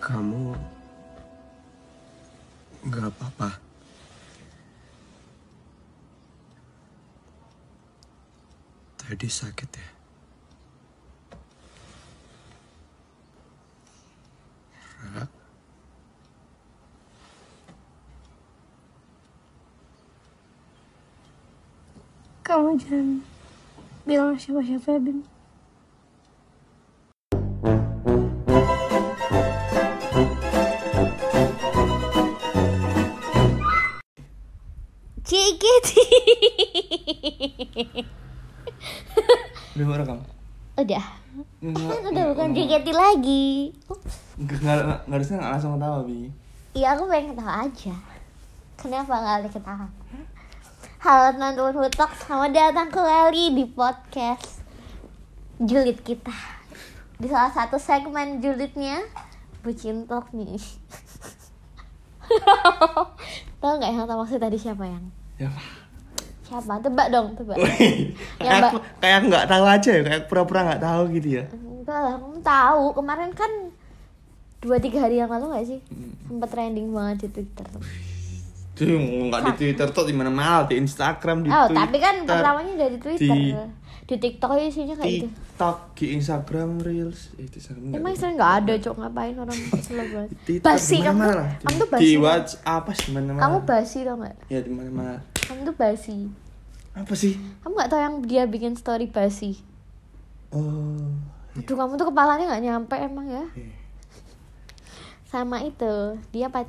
Kamu nggak apa-apa. Tadi sakit ya. Ra. Kamu jangan bilang siapa-siapa ya, Bim. Cikiti. Udah mau rekam? Udah. Enggak, Udah bukan Cikiti lagi. Ups. enggak, enggak, enggak harusnya enggak langsung ketawa, Bi Iya, aku pengen ketawa aja. Kenapa nggak boleh ketawa? Halo teman-teman Hutok, selamat datang kembali di podcast Julid kita Di salah satu segmen Julidnya Bucin Talk nih Tau nggak yang tak maksud tadi siapa yang? Ya, Pak. Siapa? Tebak dong, tebak Wih, kayak Ya, Mbak. aku, kayak aku nggak tahu aja ya, kayak pura-pura nggak tahu gitu ya. Enggak lah, kamu tahu kemarin kan dua tiga hari yang lalu nggak sih sempat trending banget di Twitter. Tuh, nggak di Twitter tuh di mana mana, di Instagram, di oh, Twitter. tapi kan pertamanya dari Twitter. Di, Di- TikTok aja isinya kayak gitu. TikTok, di Instagram Reels, eh, di Instagram nggak Emang ada. sering nggak ada cok ngapain orang slow banget. Di Twitter, Basi di kamu, mana-mana tuh- lah. kamu tuh Di basi. tau nggak? WhatsApp, apa sih, di mana-mana. Kamu basi tau nggak? Ya, di mana-mana. Kamu tuh basi. Apa sih? Kamu nggak tahu yang dia bikin story basi. Oh, Aduh kamu tuh kepalanya nggak nyampe emang ya. iya. Sama itu dia pac.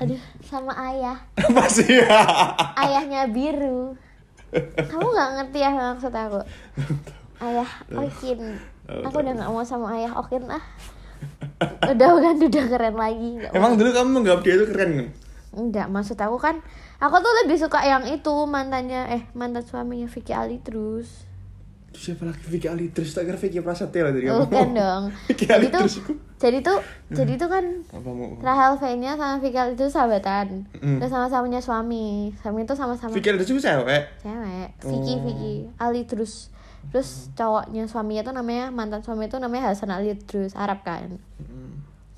Aduh, sama ayah. apa sih? ayahnya biru kamu nggak ngerti ya maksud aku ayah Eh, Okin aku udah nggak mau sama ayah Okin ah udah bukan udah keren lagi nggak Emang dulu kamu menganggap dia itu keren kan? nggak maksud aku kan aku tuh lebih suka yang itu mantannya eh mantan suaminya Vicky Ali terus Terus siapa lagi Vicky Ali? Terus tak kira Vicky Prasetya lah tadi kamu. Oh, bukan kan dong Iya, oh. Vicky jadi Ali tuh terus aku. jadi tuh jadi tuh kan Apa mau? Rahel V-nya sama Vicky Ali itu sahabatan Mm. terus sama-samanya suami suami itu sama-sama Vicky Ali itu cewek. cewek Vicky Vicky Ali terus terus cowoknya suaminya tuh namanya mantan suami itu namanya Hasan Ali terus Arab kan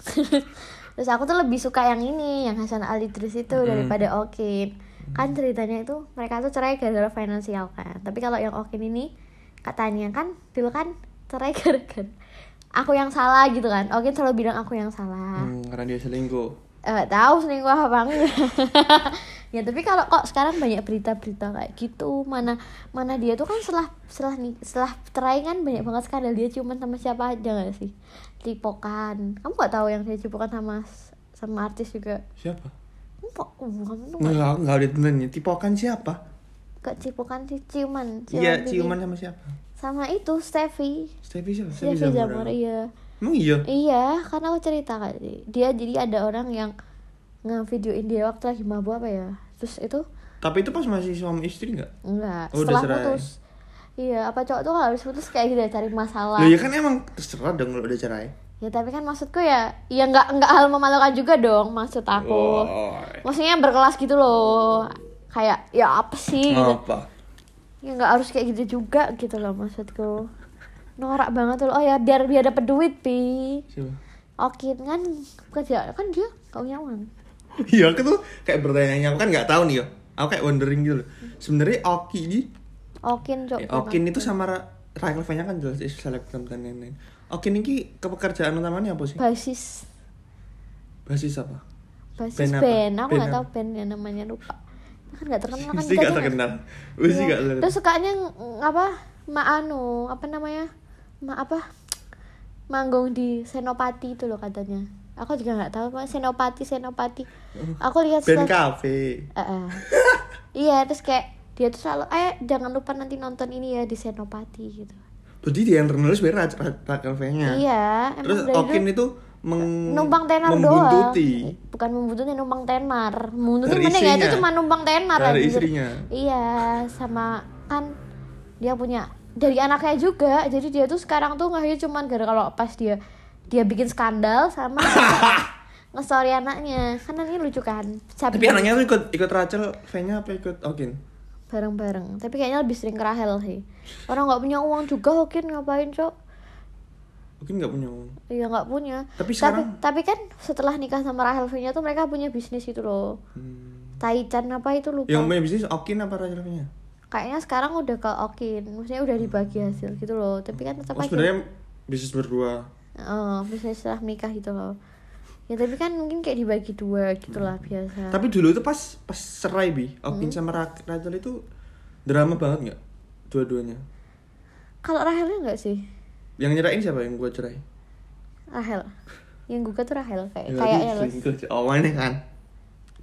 terus aku tuh lebih suka yang ini yang Hasan Ali terus itu daripada Okin kan ceritanya itu mereka tuh cerai gara-gara finansial kan tapi kalau yang Okin ini katanya kan dulu kan cerai gara-gara aku yang salah gitu kan Okin selalu bilang aku yang salah Hmm, karena dia selingkuh. Eh, tahu selingkuh apa enggak ya tapi kalau kok sekarang banyak berita-berita kayak gitu mana mana dia tuh kan setelah setelah nih setelah cerai kan banyak banget skandal dia ciuman sama siapa aja gak sih cipokan kamu gak tahu yang dia cipokan sama sama artis juga Siapa? kamu kok uh, kamu tuh Nggak, aku nggak ada temennya. Tipokan siapa? gak cipokan sih ciuman Iya, bikin. ciuman sama siapa? sama itu Steffi Stevie siapa? Stevie Steffi Zamora. Zamora iya Emang iya? Iya, karena aku cerita kali. Dia jadi ada orang yang ngevideoin dia waktu lagi mabuk apa ya. Terus itu Tapi itu pas masih suami istri nggak? enggak. Oh, udah Setelah cerai. putus. Iya, apa cowok tuh kalau habis putus kayak gitu ya, cari masalah. Lah ya kan emang terserah dong kalau udah cerai. Ya tapi kan maksudku ya, ya nggak nggak hal memalukan juga dong maksud aku. Oh, Maksudnya berkelas gitu loh. Kayak ya apa sih gitu. apa? Ya nggak harus kayak gitu juga gitu loh maksudku. Norak banget tuh. loh. Oh ya biar biar dapet duit, Pi. Siapa? Okin kan kerja kan dia gak punya uang. Iya, aku tuh kayak bertanya-tanya, aku kan nggak tahu nih ya. Aku kayak wondering gitu loh. Sebenarnya Oki ini, Okin cok. eh, Okin itu sama Ra- Rachel Fenya kan jelas is selebgram dan lain-lain. Okin ini kepekerjaan utamanya apa sih? basis Basis apa? basis Band apa? band, aku Band nggak tahu apa? band yang namanya lupa Itu kan nggak terkenal kan Mesti gak kita tuh nggak- terkenal. Mesti Iya. gak terkenal. terus sukanya ng- apa ma anu apa namanya ma apa manggung di senopati itu loh katanya aku juga nggak tahu apa senopati senopati aku lihat Band stat- Cafe. Eh, eh. iya terus kayak dia tuh selalu eh jangan lupa nanti nonton ini ya di senopati gitu Berarti dia yang terkenal sebenarnya Ra- Ra- Rachel Fenya. iya emang Terus dari dulu- Okin itu meng numpang tenar membuntuti. doang bukan membuntuti numpang tenar membuntuti Dari mana ya itu istrinya. cuma numpang tenar Dari anjir. istrinya. iya sama kan dia punya dari anaknya juga jadi dia tuh sekarang tuh nggak cuma gara kalau pas dia dia bikin skandal sama ngesori anaknya kan ini lucu kan Sabi- Tapi anaknya tuh ikut ikut Rachel Fenya apa ikut Okin? bareng-bareng tapi kayaknya lebih sering ke Rahel sih orang nggak punya uang juga mungkin ngapain cok mungkin nggak punya uang Iya nggak punya. Tapi sekarang- tapi, tapi kan setelah nikah sama Rahel V-nya tuh mereka punya bisnis itu loh. Hmm. Taichan apa itu lupa. yang punya bisnis Okin apa Rahel punya Kayaknya sekarang udah ke Okin, maksudnya udah dibagi hasil gitu loh. Tapi kan tetap oh sebenarnya bisnis berdua Eh, bisnis setelah menikah gitu loh. Ya tapi kan mungkin kayak dibagi dua gitu lah biasa. tapi dulu itu pas pas serai bi Okin Hmm. sama Ra- Rachel itu drama banget nggak dua-duanya Kalau Rahelnya nggak sih? yang nyerahin siapa yang gua cerai Rahel. Yang gugat tuh Rahel kayak Yang Eh, kayaknya tadi loh. selingkuh, oh mana kan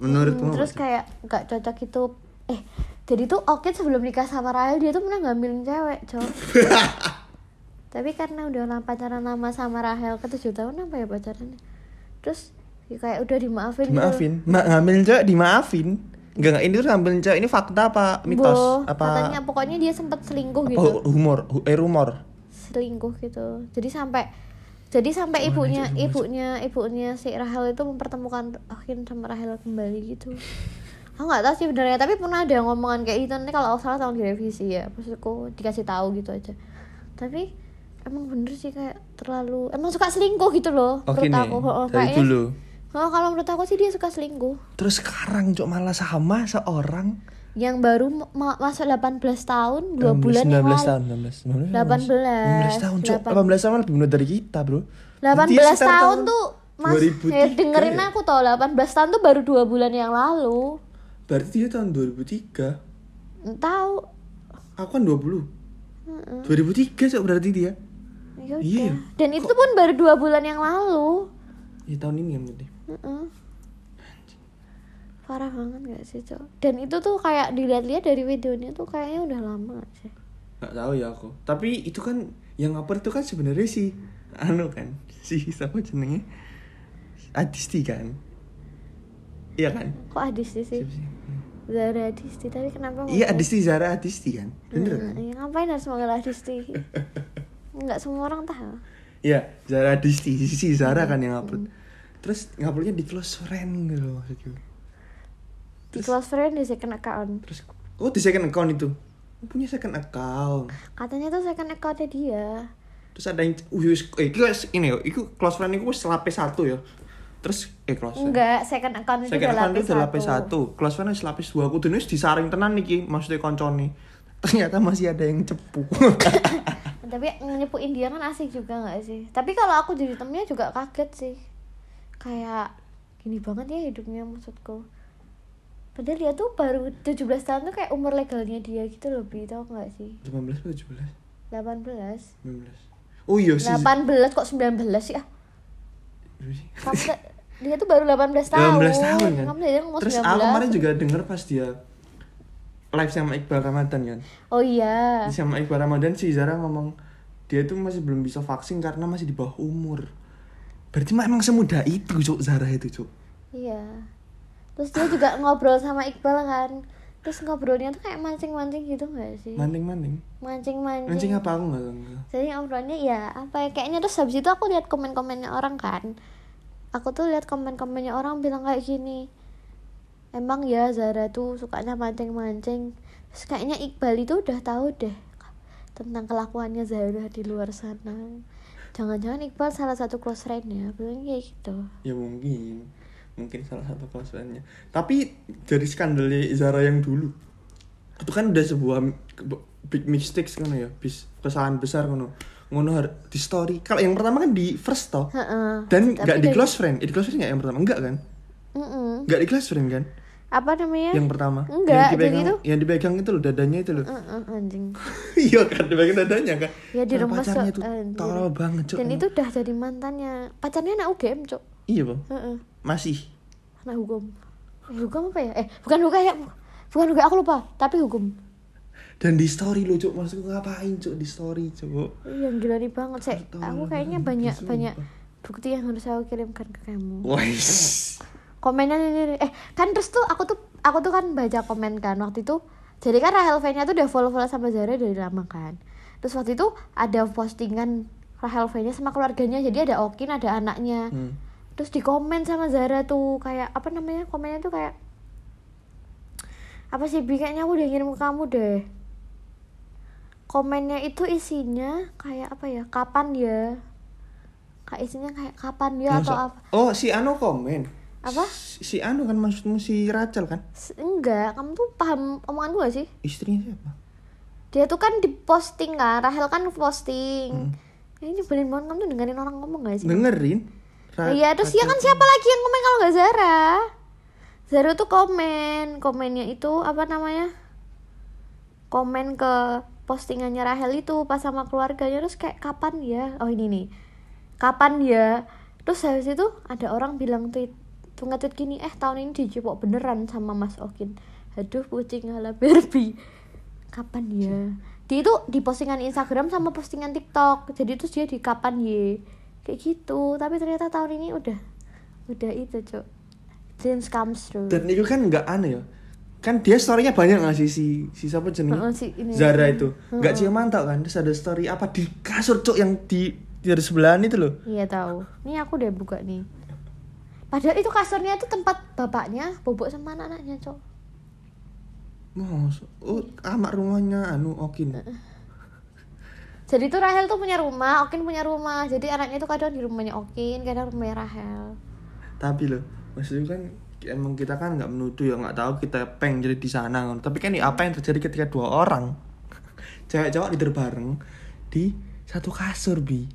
menurutmu Hmm, terus apa? kayak nggak cocok itu eh jadi tuh Okin sebelum nikah sama Rahel dia tuh pernah ngambilin cewek cowok tapi karena udah lama pacaran lama sama Rahel ke tujuh tahun apa ya pacarannya terus ya kayak udah dimaafin gitu. dimaafin Ma ngambil cewek dimaafin Enggak, enggak, ini tuh ngambilin cewek, ini fakta apa mitos? Boh, apa katanya pokoknya dia sempet selingkuh apa gitu hu- humor, Hu- eh rumor selingkuh gitu jadi sampai jadi sampai ibunya ibunya ibunya si Rahel itu mempertemukan Okin sama Rahel kembali gitu aku nggak tahu sih benernya tapi pernah ada ngomongan kayak gitu nanti kalau salah tolong direvisi ya maksudku dikasih tahu gitu aja tapi emang bener sih kayak terlalu emang suka selingkuh gitu loh Oke menurut nih, aku Oh, oh, dari kayaknya- dulu Oh, kalau menurut aku sih dia suka selingkuh Terus sekarang cok malah sama seorang yang baru ma- masuk 18 tahun dua 19, bulan yang 19 lalu tahun 19, 19 18, tahun cok 18. 18 tahun lebih muda dari kita bro 18 tahun tuh Mas, 2003 ya dengerin ya? aku tau 18 tahun tuh baru dua bulan yang lalu Berarti dia tahun 2003 Tahu Aku kan 20 2003 cok berarti dia Ya udah. Iya. Dan itu pun baru dua bulan yang lalu Ya tahun ini yang berarti Heeh. Parah banget gak sih cok Dan itu tuh kayak dilihat-lihat dari videonya tuh kayaknya udah lama nggak sih Gak tahu ya aku. Tapi itu kan yang upload itu kan sebenarnya si anu kan. Si siapa jenenge? Adisti kan. Iya kan? Kok Adisti sih? Siapa sih? Zara Adisti tapi kenapa Iya ngomong- Adisti Zara Adisti kan. Bener kan? Heeh, iya, ngapain harus manggil Adisti? Enggak semua orang tahu Iya, Zara Adisti, si Zara kan yang upload. Terus nguploadnya di close friend gitu loh maksudku. Di close friend di second account Terus oh di second account itu. Punya second account. Katanya tuh second accountnya dia Terus ada yang uh, yus- eh iku wes ini yo, iku close friend iku wes lape satu yo. Terus eh close friend. Enggak, second account itu Second udah account lapis itu satu. udah lapis satu, kelas mana wis lapis dua. Aku dulu wis disaring tenan niki, maksudnya koncone. Ternyata masih ada yang cepu. Tapi nyepuin dia kan asik juga gak sih? Tapi kalau aku jadi temennya juga kaget sih Kayak gini banget ya hidupnya maksudku Padahal dia tuh baru 17 tahun tuh kayak umur legalnya dia gitu loh Bi, tau gak sih? 15 atau 17? 18 19. Oh iya sih. 18 kok 19 sih ah Kamu tuh- Dia tuh baru 18 tahun 18 tahun kan. Kamu tadi ngomong Terus 19 aku kemarin juga denger pas dia live sama Iqbal Ramadan kan. Oh iya Sama Iqbal Ramadan si Zara ngomong dia tuh masih belum bisa vaksin karena masih di bawah umur. Berarti mah emang semudah itu, Cuk, Zara itu, Cuk. Iya. Terus dia juga ngobrol sama Iqbal kan. Terus ngobrolnya tuh kayak mancing-mancing gitu gak sih? Maning-maning. Mancing-mancing. Mancing apa aku enggak tahu. Jadi ngobrolnya ya apa ya kayaknya terus habis itu aku lihat komen-komennya orang kan. Aku tuh lihat komen-komennya orang bilang kayak gini. Emang ya Zara tuh sukanya mancing-mancing. Terus kayaknya Iqbal itu udah tahu deh tentang kelakuannya Zara di luar sana. Jangan-jangan Iqbal salah satu close friend ya, bilang kayak gitu. Ya mungkin Mungkin salah satu kelasannya Tapi dari skandalnya Zara yang dulu Itu kan udah sebuah m- b- big mistakes kan ya bis, Kesalahan besar kan Ngono har- di story Kalau yang pertama kan di first talk Heeh. Dan Tapi nggak di dari- close friend Eh, Di close friend nggak yang pertama? Enggak kan? Mm-mm. Nggak di close friend kan? Apa namanya? Yang pertama Eh, Enggak, yang dipegang, jadi itu- yang dipegang itu loh dadanya itu loh Heeh, anjing. Iya kan dipegang dadanya kan Ya di Nah, rumah Pacarnya itu anjing. tolol banget cok Dan itu udah jadi mantannya. Pacarnya anak UGM, Cok. Iya bang Heeh. Masih Anak hukum. Eh, hukum apa ya? Eh, bukan hukum ya. Bukan hukum, aku lupa. Tapi hukum. Dan di story lo cok Maksudku ngapain cok di story cok Ih, Yang gila nih banget, Cek. Tolol Aku kayaknya banget, banyak ya, sumpah. banyak bukti yang harus aku kirimkan ke kamu. Wais. Komennya ini eh kan terus tuh aku tuh aku tuh kan baca komen kan waktu itu. Jadi kan Rahel V-nya tuh udah follow-follow sama Zara dari lama kan. Terus waktu itu ada postingan Rahel V-nya sama keluarganya. Jadi ada Okin, ada anaknya. Hmm. terus di komen sama Zara tuh kayak apa namanya komennya tuh kayak apa sih Bi kayaknya aku udah ngirim ke kamu deh komennya itu isinya kayak apa ya kapan ya kayak isinya kayak kapan dia Ya, atau Masa- apa Oh, si Anu komen. Apa? Si si Anu kan maksudmu si Rachel kan? S- enggak kamu tuh paham omongan gue gak sih Istrinya siapa? dia tuh kan diposting kan Rahel kan posting Ya, ini nyebelin banget kamu tuh dengerin orang ngomong gak sih Dengerin. Ra- Iya, terus dia Rachel kan siapa lagi yang komen kalau nggak Zara? Zara tuh komen, komennya itu apa namanya? Komen ke postingannya Rahel itu pas sama keluarganya terus kayak kapan ya? Oh ini nih. Kapan ya? Terus habis itu ada orang bilang tweet tuh nge-tweet gini, eh tahun ini dijebok beneran sama Mas Okin. Aduh kucing ala Barbie. Kapan ya? Dia itu di postingan Instagram sama postingan TikTok. Jadi terus dia di kapan ye. Kayak gitu. Tapi ternyata tahun ini udah udah itu, Cuk. Dreams comes true. Dan itu kan nggak aneh ya. Kan dia story-nya banyak nggak sih si si siapa jenenge? Heeh, si ini. Zara itu. Nggak Iya. Heeh. ciuman tau kan? Terus ada story apa di kasur cuk yang di dari sebelahan itu loh. Iya tahu. Nih aku udah buka nih. Padahal itu kasurnya itu tempat bapaknya bobok sama anak-anaknya, Cuk. Mas, oh, amak rumahnya Anu Okin. Jadi tuh Rahel tuh punya rumah, Okin punya rumah. Jadi anaknya tuh kadang di rumahnya Okin, kadang rumahnya Rahel. Tapi loh, maksudnya kan emang kita kan nggak menuduh ya nggak tahu kita peng jadi di sana kan. Tapi kan ini apa yang terjadi ketika dua orang cewek cowok tidur bareng di satu kasur bi.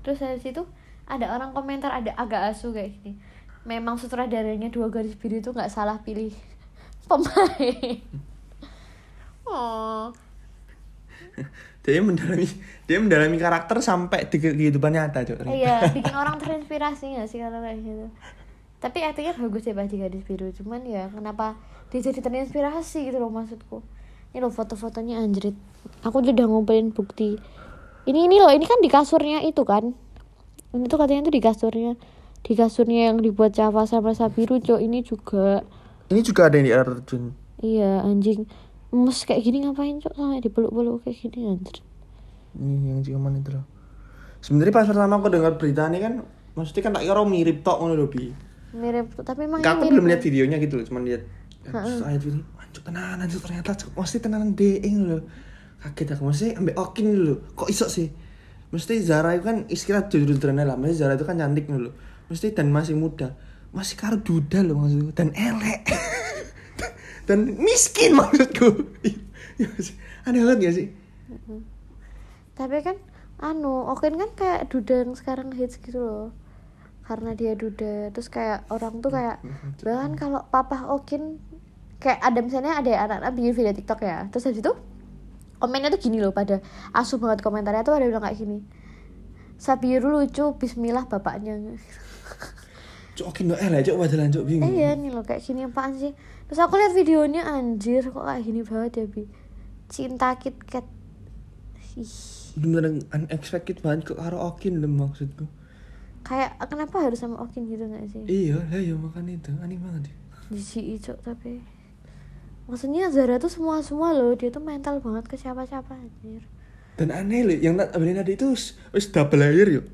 Terus dari situ ada orang komentar ada agak asu kayak gini. Memang sutradaranya dua garis biru itu nggak salah pilih pemain. Oh, Dia mendalami dia mendalami karakter sampai di kehidupan nyata cok. iya bikin orang terinspirasi nggak sih kalau kayak gitu. Tapi artinya bagus ya Pak di garis biru. Cuman ya kenapa dia jadi terinspirasi gitu loh maksudku. Ini loh foto-fotonya anjrit. Aku tuh udah ngumpulin bukti. Ini ini loh ini kan di kasurnya itu kan. Ini tuh katanya tuh di kasurnya di kasurnya yang dibuat Java sama Sabiru, Cok. Ini juga Ini juga ada yang di air terjun. Iya anjing Mus kayak gini ngapain cok sampai dipeluk-peluk kayak gini anjir Ini yang ciuman itu loh. Sebenarnya pas pertama aku dengar berita ini kan maksudnya kan tak kira mirip tok ngono loh bi. Mirip tuh, tapi emang Nggak, aku ini belum mirip. lihat videonya gitu loh, cuman lihat terus ayat ini, anjuk tenanan anjuk ternyata cuk, mesti tenanan deing loh. Kaget aku mesti ambek Okin loh. Kok iso sih? Mesti Zara itu kan istirahat jujur tenanan lah, mesti Zara itu kan cantik loh. Mesti dan masih muda. Masih karo duda loh maksudku dan elek. dan miskin maksudku. Ya sih. Aneh banget gak sih? Tapi kan anu Oken kan kayak duda yang sekarang hits gitu loh Karena dia duda Terus kayak orang tuh kayak Bahkan kalau papa Okin Kayak ada misalnya ada anak-anak bikin video TikTok ya Terus habis itu Komennya tuh gini loh pada Asu banget komentarnya tuh ada bilang kayak gini Sabiru lucu, bismillah bapaknya Cuk Okin loh elek, cuk padahal cuk bingung. Eh ya nih lo kayak gini apaan sih Terus aku lihat videonya anjir kok kayak gini banget ya Bi Cinta Kit Kat Ih, Beneran unexpected banget kok karo Okin loh maksudku. Kayak kenapa harus sama Okin gitu gak sih Iya, lah ya makan itu aneh banget. Ya. Jijik cok tapi Maksudnya Zara tuh semua-semua loh Dia tuh mental banget ke siapa-siapa anjir dan aneh loh yang tak beli tadi itu wis- wis double layer yuk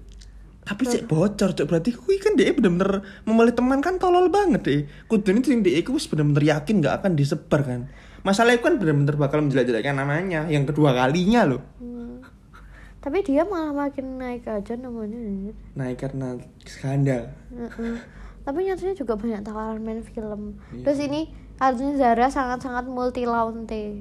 tapi cek bocor cek berarti kui kan dia bener-bener memilih teman kan tolol banget deh kudu ini dia itu wis bener-bener yakin nggak akan disebar kan masalahnya kan bener-bener bakal menjelek-jelekan namanya yang kedua kalinya loh Hmm. Tapi dia malah makin naik aja namanya anjir naik Nah, karena skandal Heeh. Tapi nyatanya juga banyak tawaran main film Terus ini artinya Zara sangat-sangat multi launte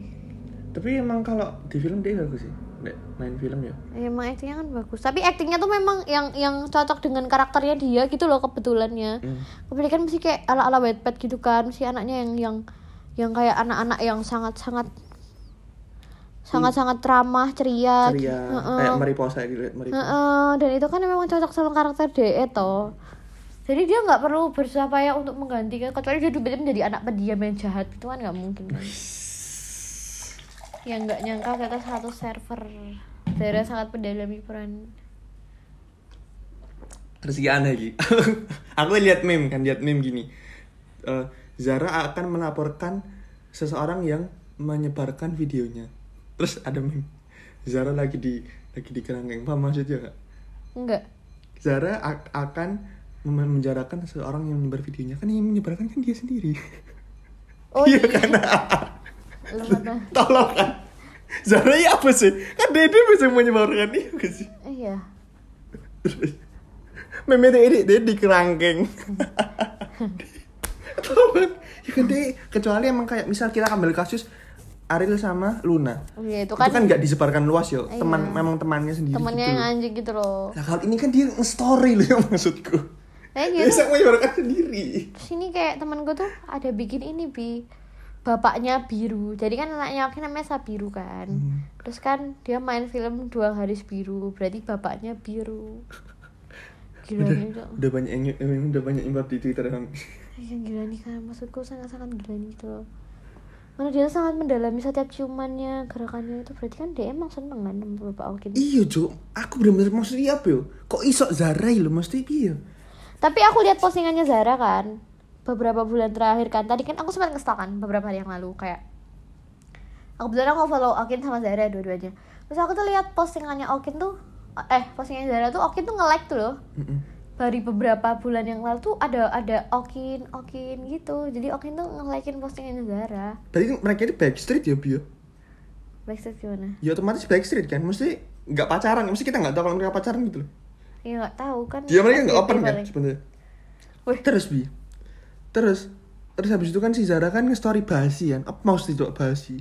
tapi emang kalau di film dia bagus sih Nek, main film ya Emang aktingnya kan bagus, tapi aktingnya tuh memang yang yang cocok dengan karakternya dia gitu loh kebetulannya. Hmm. Kebetulan kan mesti kayak ala-ala Wattpad gitu kan, mesti anaknya yang yang yang kayak anak-anak yang sangat-sangat sangat-sangat ramah, ceria ceria. gitu. Heeh. kayak mariposa ya dilihat mariposa Heeh, dan itu kan memang cocok sama karakter DE toh. Jadi dia nggak perlu bersusah payah untuk menggantikan kecuali dia tiba menjadi anak pendiam yang jahat itu kan nggak mungkin kan. yang nggak nyangka kita satu server Zara sangat mendalami peran terus iya aneh lagi aku lihat meme kan lihat meme gini Eh, Zara akan melaporkan seseorang yang menyebarkan videonya terus ada meme Zara lagi di lagi di kerangkeng paham maksudnya gak? enggak Zara a- akan mem- menjarakan seseorang yang menyebar videonya kan yang menyebarkan kan dia sendiri oh iya iya kan Lu mana? tolong kan iya eh, Zara ya apa sih kan Dede bisa menyebarkan itu sih iya meme dia dia di kerangkeng Tau kan? ya kan dia- kecuali emang kayak misal kita ambil kasus Ariel sama Luna Iya, itu itu kan, kan nggak disebarkan luas yo teman memang temannya sendiri temennya gitu. yang anjing gitu loh. nah kalau ini kan dia nge-story loh yang maksudku Eh dia gitu. bisa menyebarkan sendiri Terus ini kayak temen gue tuh ada bikin ini bi bapaknya biru jadi kan anaknya Oki namanya Sabiru kan terus kan dia main film dua garis biru berarti bapaknya biru gila nih Iya, Cok. udah banyak yang emang udah banyak imbat di twitter kan yang gila nih kan maksudku sangat-sangat gila nih gitu loh Mana dia sangat mendalami setiap ciumannya, gerakannya itu berarti kan dia emang seneng kan sama bapak Oki. iya Jo aku bener-bener maksudnya apa yo kok isok Zarai lo maksudnya iya Tapi aku lihat postingannya Zara kan beberapa bulan terakhir kan. Tadi kan aku sempat ngestalk kan beberapa hari yang lalu kayak aku beneran aku follow Okin sama Zara dua-duanya. Terus aku tuh lihat postingannya Okin tuh eh postingannya Zara tuh Okin tuh nge-like tuh loh. Dari beberapa bulan yang lalu tuh ada ada Okin, Okin gitu. Jadi Okin tuh nge-likein postingannya Zara. berarti kan mereka ini backstreet ya bio Backstreet gimana? ya otomatis backstreet kan mesti nggak pacaran ya, mesti kita nggak tahu kalau mereka pacaran gitu loh Ya nggak tahu kan. dia mereka nggak FYP open kan paling. sebenarnya Wih. terus bi terus terus habis itu kan si Zara kan nge-story basi kan apa mau sih Cok, basi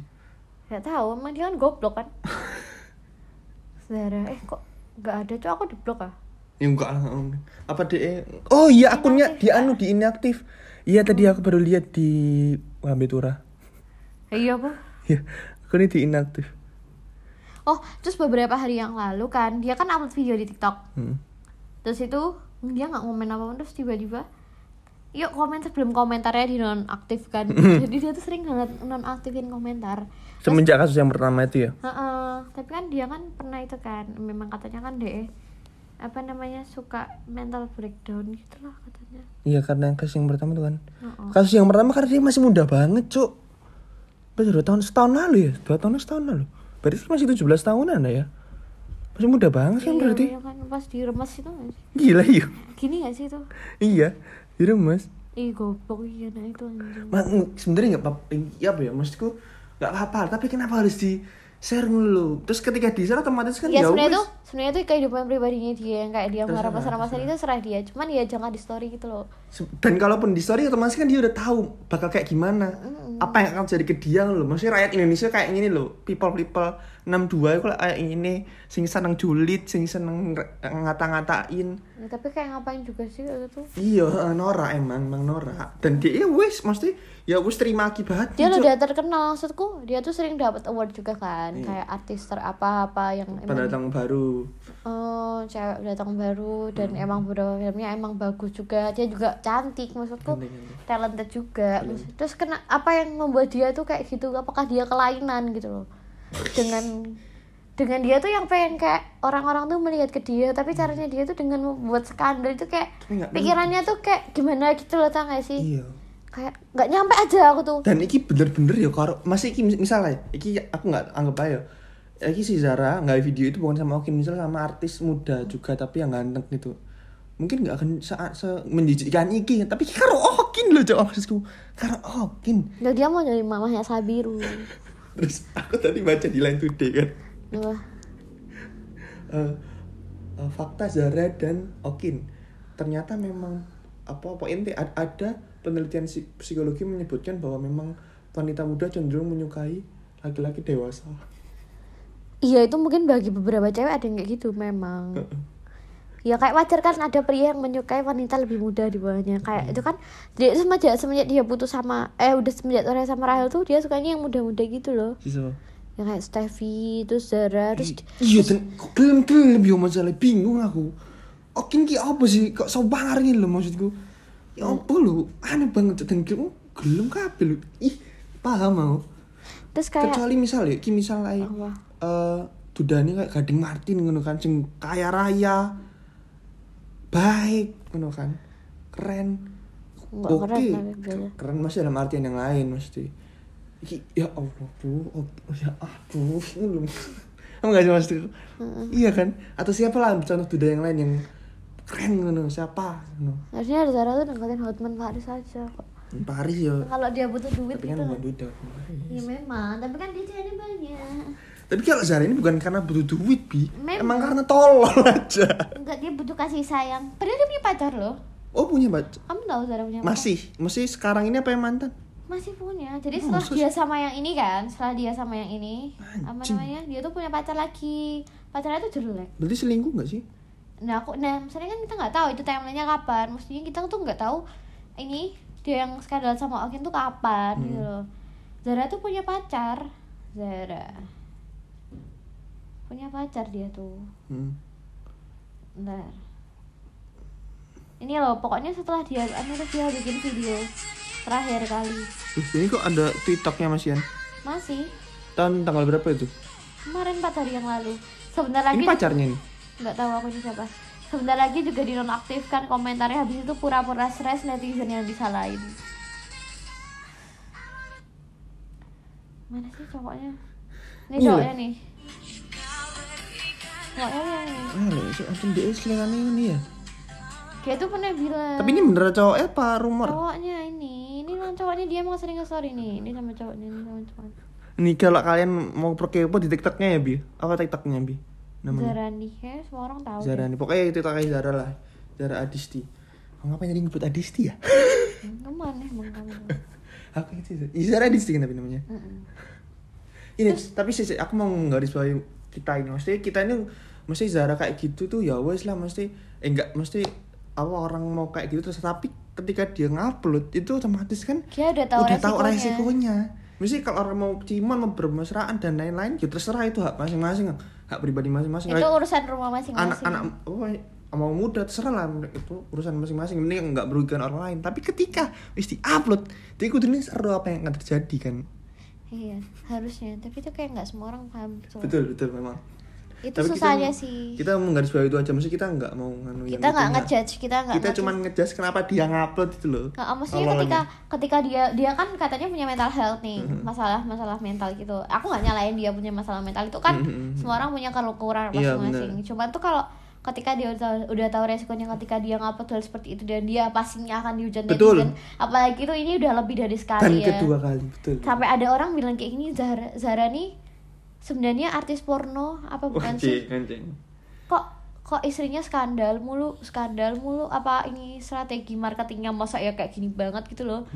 Gak tahu, emang dia kan goblok kan. Zara, eh kok nggak ada cowok aku di blok ah. ya enggak lah Om. apa dia oh iya akunnya Inaktif, dia anu di inaktif iya tadi aku baru lihat di Hambetura Eh, Iya apa? ya akunnya di inaktif Oh, terus beberapa hari yang lalu kan dia kan upload video di TikTok. Hmm. Terus itu dia nggak komen apa-apa terus tiba-tiba yuk komen sebelum komentarnya di nonaktifkan. Hmm. Jadi dia tuh sering banget nonaktifin komentar. semenjak kasus yang pertama itu ya Heeh, tapi kan dia kan pernah itu kan memang katanya kan deh apa namanya suka mental breakdown gitu lah katanya. iya karena yang kasus yang pertama tuh kan Heeh. kasus yang pertama karena dia masih muda banget cuk Berarti dua tahun setahun lalu ya dua tahun setahun lalu berarti kan masih 17 tahunan ya masih muda banget kan Iya, berarti iya kan pas diremes itu nggak sih? gila iya Gini gak sih itu? iya diremes Ih goblok iya nah itu anjing. Ma, ng- sebenarnya nggak apa iya apa ya maksudku nggak apa-apa tapi kenapa harus di share dulu terus ketika di share otomatis kan ya wes. sebenarnya tuh sebenarnya tuh kehidupan pribadinya dia yang kayak dia marah Terserah, pasar pasar itu serah dia cuman ya jangan di story gitu loh Se- dan kalaupun di story otomatis kan dia udah tahu bakal kayak gimana apa yang akan jadi ke dia loh maksudnya rakyat Indonesia kayak gini loh people people 62 itu lah kayak gini sing seneng julid sing seneng re- ngata-ngatain Ya, tapi kayak ngapain juga sih kayak gitu iya eh, norak emang emang norak dan dia ya wes mesti ya wes terima akibatnya dia Cuk. udah terkenal maksudku dia tuh sering dapat award juga kan Iya. kayak artis terapa apa yang emang pendatang baru oh cewek datang baru dan Hmm. emang beberapa filmnya emang bagus juga dia juga cantik maksudku Cantik, cantik. Iya. talented juga Maksud- terus kena apa yang membuat dia tuh kayak gitu apakah dia kelainan gitu loh dengan dengan dia tuh yang pengen kayak orang-orang tuh melihat ke dia tapi caranya dia tuh dengan membuat skandal itu kayak Hmm. Tapi nggak pikirannya tuh kayak gimana gitu loh tau gak sih iya kayak nggak nyampe aja aku tuh dan iki bener-bener ya karo masih iki mis- misalnya iki aku nggak anggap aja iki si Zara nggak video itu bukan sama Oki misalnya sama artis muda juga tapi yang ganteng gitu mungkin nggak akan saat se menjijikkan iki tapi iki karo Okin loh jawab maksudku karo Okin Loh, dia mau jadi mamahnya Sabiru terus aku tadi baca di Line Today kan Loh, eh, eh, fakta Zara dan Okin ternyata memang apa apa ente ad- ada penelitian psi- psikologi menyebutkan bahwa memang wanita muda cenderung menyukai laki-laki dewasa Iya itu mungkin bagi beberapa cewek ada yang kayak gitu memang. Ya kayak wajar kan ada pria yang menyukai wanita lebih muda di bawahnya. Kayak Hmm. itu kan dia semenjak semenjak dia putus sama eh udah semenjak Torres sama Rahel tuh dia sukanya yang muda-muda gitu loh. Sisa Ya kayak Steffi, terus Zara, terus Iya dan kok gelem-gelem yo masalah bingung aku. Okin ki apa sih kok so bangar ini lho maksudku. Ya Hmm. apa lho aneh banget dan gelem gelem kabeh lho. Ih paham mau. terus kayak Kecuali misal ya ki misal ae Apa? eh dudane kayak Gading Martin ngono kan sing kaya raya. Baik ngono kan. Keren. Nggak keren, Oke. tapi biasa. Keren masih dalam artian yang lain mesti. Iki ya Allah tuh, oh, ya aduh, belum. Kamu gak sih maksud aku? Iya kan? Atau siapa lah contoh duda yang lain yang keren ngono siapa? Ngono. harusnya Zara tuh deketin Hotman Paris aja. kok. Paris ya. Kalau dia butuh duit Tapi kan gitu. bukan duda. Ya memang, tapi kan dia cari banyak. Tapi kalau Zara ini bukan karena butuh duit, Bi. Memang. Emang karena tolol aja. Enggak dia butuh itu kasih sayang padahal dia punya pacar loh Oh punya pacar. kamu tahu Zara punya pacar? Masih, masih sekarang ini apa yang mantan? masih punya jadi Oh, setelah maksud- dia sama yang ini kan setelah dia sama yang ini apa Anjing. namanya dia tuh punya pacar lagi pacarnya tuh jelek Berarti selingkuh nggak sih? nah aku nah misalnya kan kita nggak tahu itu timelinenya kapan maksudnya kita tuh nggak tahu ini dia yang skandal sama Okin tuh kapan gitu Hmm. loh Zara tuh punya pacar Zara punya pacar dia tuh Hmm. Bentar. Ini loh, pokoknya setelah dia anu tuh dia bikin video terakhir kali. Ih, ini kok ada TikToknya Mas Ian? Masih Tahun tanggal berapa itu? kemarin 4 hari yang lalu. Sebentar lagi Ini pacarnya nih. nggak tahu aku ini siapa. Sebentar lagi juga dinonaktifkan komentarnya habis itu pura-pura stres netizen yang disalahin. Mana sih cowoknya? Ini Iya. cowoknya nih. Cowoknya yang ini. Ah, loh, itu anjing dia selingannya ini ya. Dia tuh pernah bilang. Tapi ini beneran cowok eh, apa rumor? cowoknya ini ini sama cowoknya dia emang sering nge-story nih ini sama cowoknya ini sama cowoknya Nih kalau kalian mau perkepo di TikToknya ya Bi. Apa TikToknya Bi? Namanya Zara nih kayaknya semua orang tahu Zara. nih. Pokoknya TikToknya Zara lah. Zara Adisti. Oh, ngapain tadi nyebut Adisti ya? Hmm, kamu aneh emang kamu Apa itu? Zara? Ih, iya, Zara Adisti kan tapi namanya. Mm-mm. Ini tapi sih sih, aku mau nggaris bawahi kita ini. Maksudnya kita ini mesti Zara kayak gitu tuh ya wes lah mesti eh enggak mesti apa orang mau kayak gitu terus tapi ketika dia ngupload itu otomatis kan dia udah tahu udah resikonya tahu resikonya. Mesti kalau orang mau ciuman, mau bermesraan dan lain-lain, ya terserah itu hak masing-masing, hak pribadi masing-masing. itu urusan rumah masing-masing Anak-anak apa mau oh, muda terserah lah itu urusan masing-masing ini nggak merugikan orang lain tapi ketika wis di upload dia ikut ini seru apa yang akan terjadi kan iya harusnya tapi itu kayak nggak semua orang paham betul, betul betul memang itu Tapi kita- susahnya sih kita menggaris bawah itu aja mesti kita nggak mau nganu yang kita nggak itunya. ngejudge kita nggak kita ngejudge. cuman ngejudge kenapa dia ngupload itu loh Nggak, ah, maksudnya Awalnya. ketika ketika dia dia kan katanya punya mental health nih Mm-hmm. masalah masalah mental gitu aku nggak nyalain dia punya masalah mental itu kan Mhm. semua orang punya kekurangan Iya, masing-masing cuman tuh kalau ketika dia udah, udah tahu resikonya ketika dia ngupload hal seperti itu dan dia pastinya akan dihujat Betul. netizen apalagi itu ini udah lebih dari dan sekali ya kedua kali betul sampai ada orang bilang kayak gini Zara Zara nih sebenarnya artis porno apa bukan Oh, sih Anjing, anjing. kok kok istrinya skandal mulu skandal mulu apa ini strategi marketingnya masa ya kayak gini banget gitu loh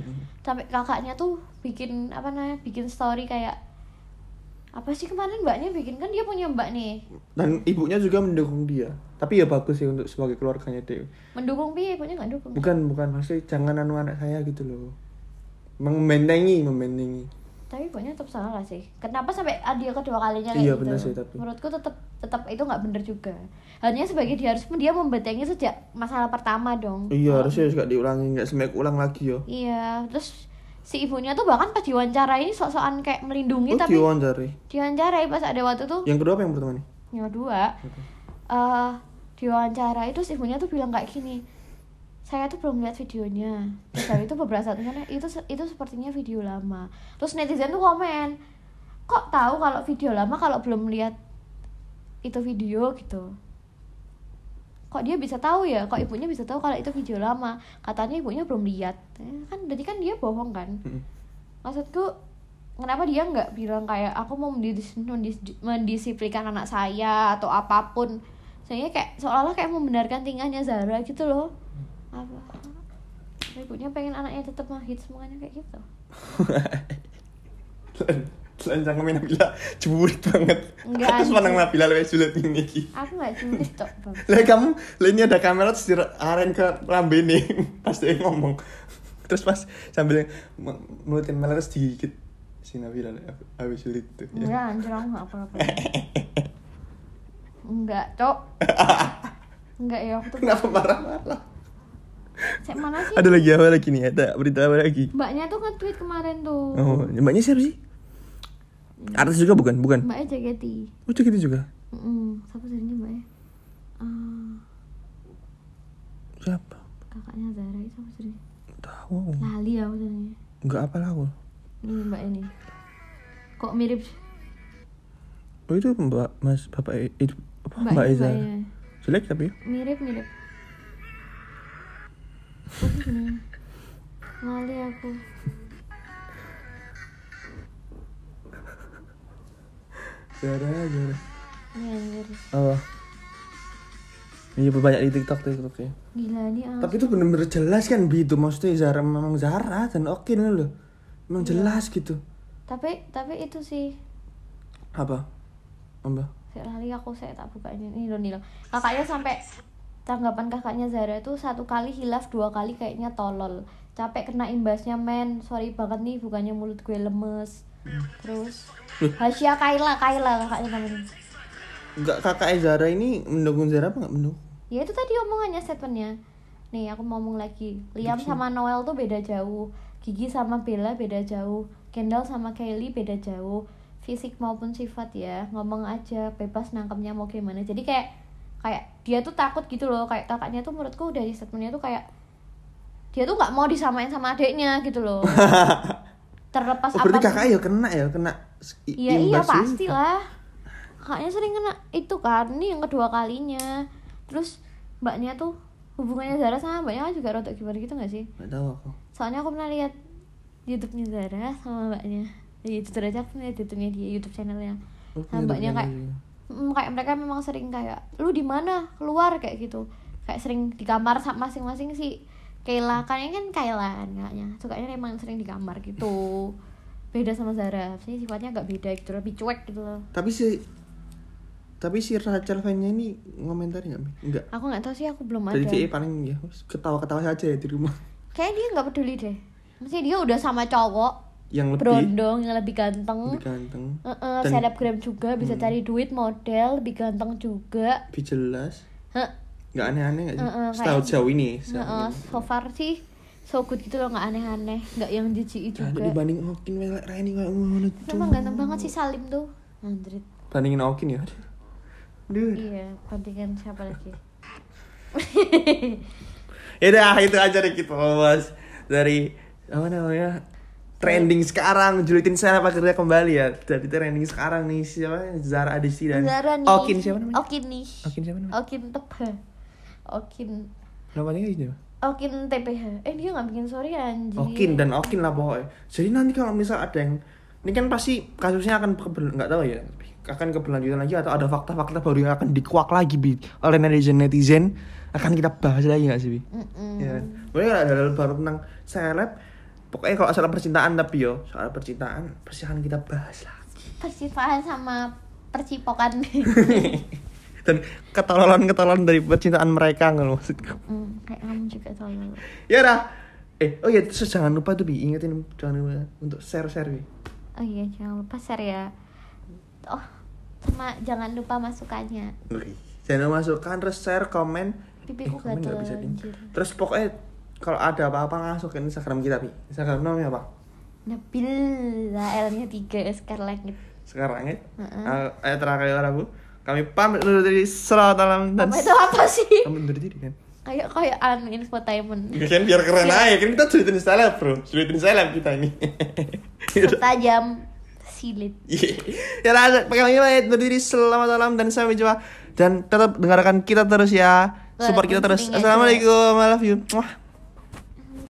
sampai kakaknya tuh bikin apa namanya bikin story kayak apa sih kemarin mbaknya bikin kan dia punya mbak nih dan ibunya juga mendukung dia tapi ya bagus sih untuk sebagai keluarganya Dewi mendukung piye ibunya nggak dukung bukan bukan maksudnya jangan anu anak saya gitu loh membentengi membentengi tapi ibunya tetap salah sih kenapa sampai ah, dia kedua Iya, kalinya kayak gitu bener sih, tapi. menurutku tetap tetap itu nggak bener juga hanya sebagai dia harus dia membentengi sejak masalah pertama dong iya Kalau- harusnya juga diulangi nggak semek ulang lagi ya. yo Iya, terus si ibunya tuh bahkan pas diwawancarai sok-sokan kayak melindungi oh tapi diwawancarai diwawancarai pas ada waktu tuh yang kedua apa yang pertama nih yang kedua eh diwawancarai terus ibunya tuh bilang kayak gini saya tuh belum lihat videonya terus dari itu beberapa saat kemudian, itu se- itu sepertinya video lama terus netizen tuh komen kok tahu kalau video lama kalau belum lihat itu video gitu kok dia bisa tahu ya kok ibunya bisa tahu kalau itu video lama katanya ibunya belum lihat Eh, kan jadi kan dia bohong kan Mm-mm. maksudku kenapa dia nggak bilang kayak aku mau mendis- mendis- mendisiplinkan anak saya atau apapun saya kayak seolah-olah kayak membenarkan tingkahnya Zara gitu loh apa ibunya pengen anaknya tetap ngehits makanya kayak gitu Telanjang kami Nabila Jebut banget Enggak, Aku anjing. pandang Nabila lebih sulit ini Ki. aku nggak culik cok bang Lah kamu lah ini ada kamera terus diaren ke lambe nih Pas dia ngomong Terus pas sambil me- mulutin meler terus digigit Si Nabila habis sulit tuh ya. enggak anjir aku nggak apa-apa enggak cok enggak ya aku tuh Kenapa marah-marah? Cek mana sih Ada lagi apa lagi nih? Ada berita apa lagi? mbaknya tuh nge-tweet kemarin tuh Oh, mbaknya siapa sih? Artis juga bukan? Bukan. mbaknya JKT Oh, gitu juga. Mm-mm. siapa jadinya mbaknya Ah, Siapa? kakaknya Zara itu apa jadinya Tahu. lali ya maksudnya Enggak apa aku. ini mbak ini kok mirip Oh, itu Mbak Mas Bapak E- itu apa? mbak, Mbak ini, Eza. mbaknya. Jelek tapi. mirip mirip lali aku Zara, Zara. Iya, Ini anjir Oh. Iya banyak di TikTok TikTok ya. Gila ini ah. Tapi itu bener-bener jelas kan Bi itu maksudnya Zara memang Zara dan Okin loh. Memang Iya. jelas gitu. Tapi tapi itu sih Apa? Apa? Sik lali aku saya tak buka ini ini loh, ini loh. Kakaknya sampai tanggapan kakaknya Zara itu satu kali hilaf dua kali kayaknya tolol. Capek kena imbasnya men. Sorry banget nih bukannya mulut gue lemes. Hmm. Terus Hasya Kaila Kaila kakaknya namanya. Enggak kakak Zara ini mendukung Zara apa enggak mendukung? Ya itu tadi omongannya statementnya. Nih aku mau ngomong lagi. Liam sama Noel tuh beda jauh. Gigi sama Bella beda jauh. Kendall sama Kylie beda jauh. Fisik maupun sifat ya. Ngomong aja bebas nangkepnya mau gimana. Jadi kayak kayak dia tuh takut gitu loh. Kayak kakaknya tuh menurutku dari statementnya tuh kayak dia tuh nggak mau disamain sama adiknya gitu loh. Terlepas Oh, berarti apa kakak ya kena ya kena i- Iya iya imbas juga. pasti lah. Kakaknya sering kena itu kan, ini yang kedua kalinya. Terus mbaknya tuh hubungannya Zara sama mbaknya kan juga rotok gimana gitu gak sih? Nggak tahu aku. Soalnya aku pernah lihat YouTube-nya Zara sama mbaknya. Ya, jujur aja aku lihat YouTube-nya dia, YouTube channelnya. Oh, Sama mbaknya kayak, mm, kayak mereka memang sering kayak, lu di mana keluar kayak gitu. Kayak sering di kamar sama masing-masing sih. Kayla kan ini kan Kayla kan kakaknya. Sukanya emang sering di kamar gitu. Beda sama Zara, sih sifatnya agak beda gitu, lebih cuek gitu loh. Tapi si tapi si Rachel fan-nya ini komentar nggak? Bi? Nggak. Aku nggak tahu sih, aku belum ada. Jadi dia paling ya ketawa-ketawa saja ya di rumah. Kayaknya dia nggak peduli deh. Maksudnya dia udah sama cowok Yang lebih berondong yang lebih ganteng, lebih ganteng, Heeh, Dan- Hmm. selebgram juga bisa cari duit model, lebih ganteng juga. lebih jelas. Heeh, nggak aneh-aneh nggak sih? Eh, eh, Setahu kayak- jauh ini. setahu heeh, ini. so far sih so good gitu loh nggak aneh-aneh, nggak yang jijik Nah, juga. dibanding Okin melek Rani kayak ngono. Tapi Emang ganteng banget sih Salim tuh. Andrit. Bandingin Okin ya. Duh. Iya, bandingkan siapa lagi? Ya udah itu aja deh kita bahas dari apa namanya? Trending sekarang julitin saya apa kerja kembali ya. Dari trending sekarang nih siapa? Zara Adisti dan Zara nih. Iya. Okin siapa namanya? Okin nih. Okin siapa namanya? Okin tebal. Okin Namanya kayak gini, Pak. Okin TPH. Eh dia nggak bikin sorry anjing. Okin dan Okin lah pokoknya. Jadi nanti kalau misal ada yang ini kan pasti kasusnya akan keber- nggak tahu ya akan keberlanjutan lagi atau ada fakta-fakta baru yang akan dikuak lagi Bi, oleh netizen netizen akan kita bahas lagi nggak sih bi? Mm-mm. Ya. Mungkin ada hal baru tentang seleb pokoknya kalau soal percintaan tapi yo soal percintaan pasti akan kita bahas lagi Persifahan sama percipokan dan ketololan ketololan dari percintaan mereka nggak lo maksudku Hmm, kayak kamu juga tolong ya dah eh oh ya terus jangan lupa tuh bi ingetin jangan lupa untuk share share bi oh iya jangan lupa share ya oh sama jangan lupa masukannya Oke. Jangan lupa masukkan, terus share, komen. Pipiku komen nggak gatel, bisa ding. anjir. Terus pokoknya kalau ada apa-apa langsung ke Instagram kita, Pi. Instagram namanya apa? Nah, Nabila L nya 3 SK langit Sekarang ya. Eh Heeh. terakhir orang bu. Kami pamit dulu dari Selamat malam dan apa itu apa sih pamit undur diri kan. kayak kayak an infotainment Kan biar keren aja, kan kita sulitin seleb bro, sulitin seleb kita ini. setajam silit ya lah, pakai pamit berdiri selamat malam dan sampai jumpa dan tetap dengarkan kita terus ya, support Walaupun kita terus. feeling aja. Assalamualaikum, I love you. Muah.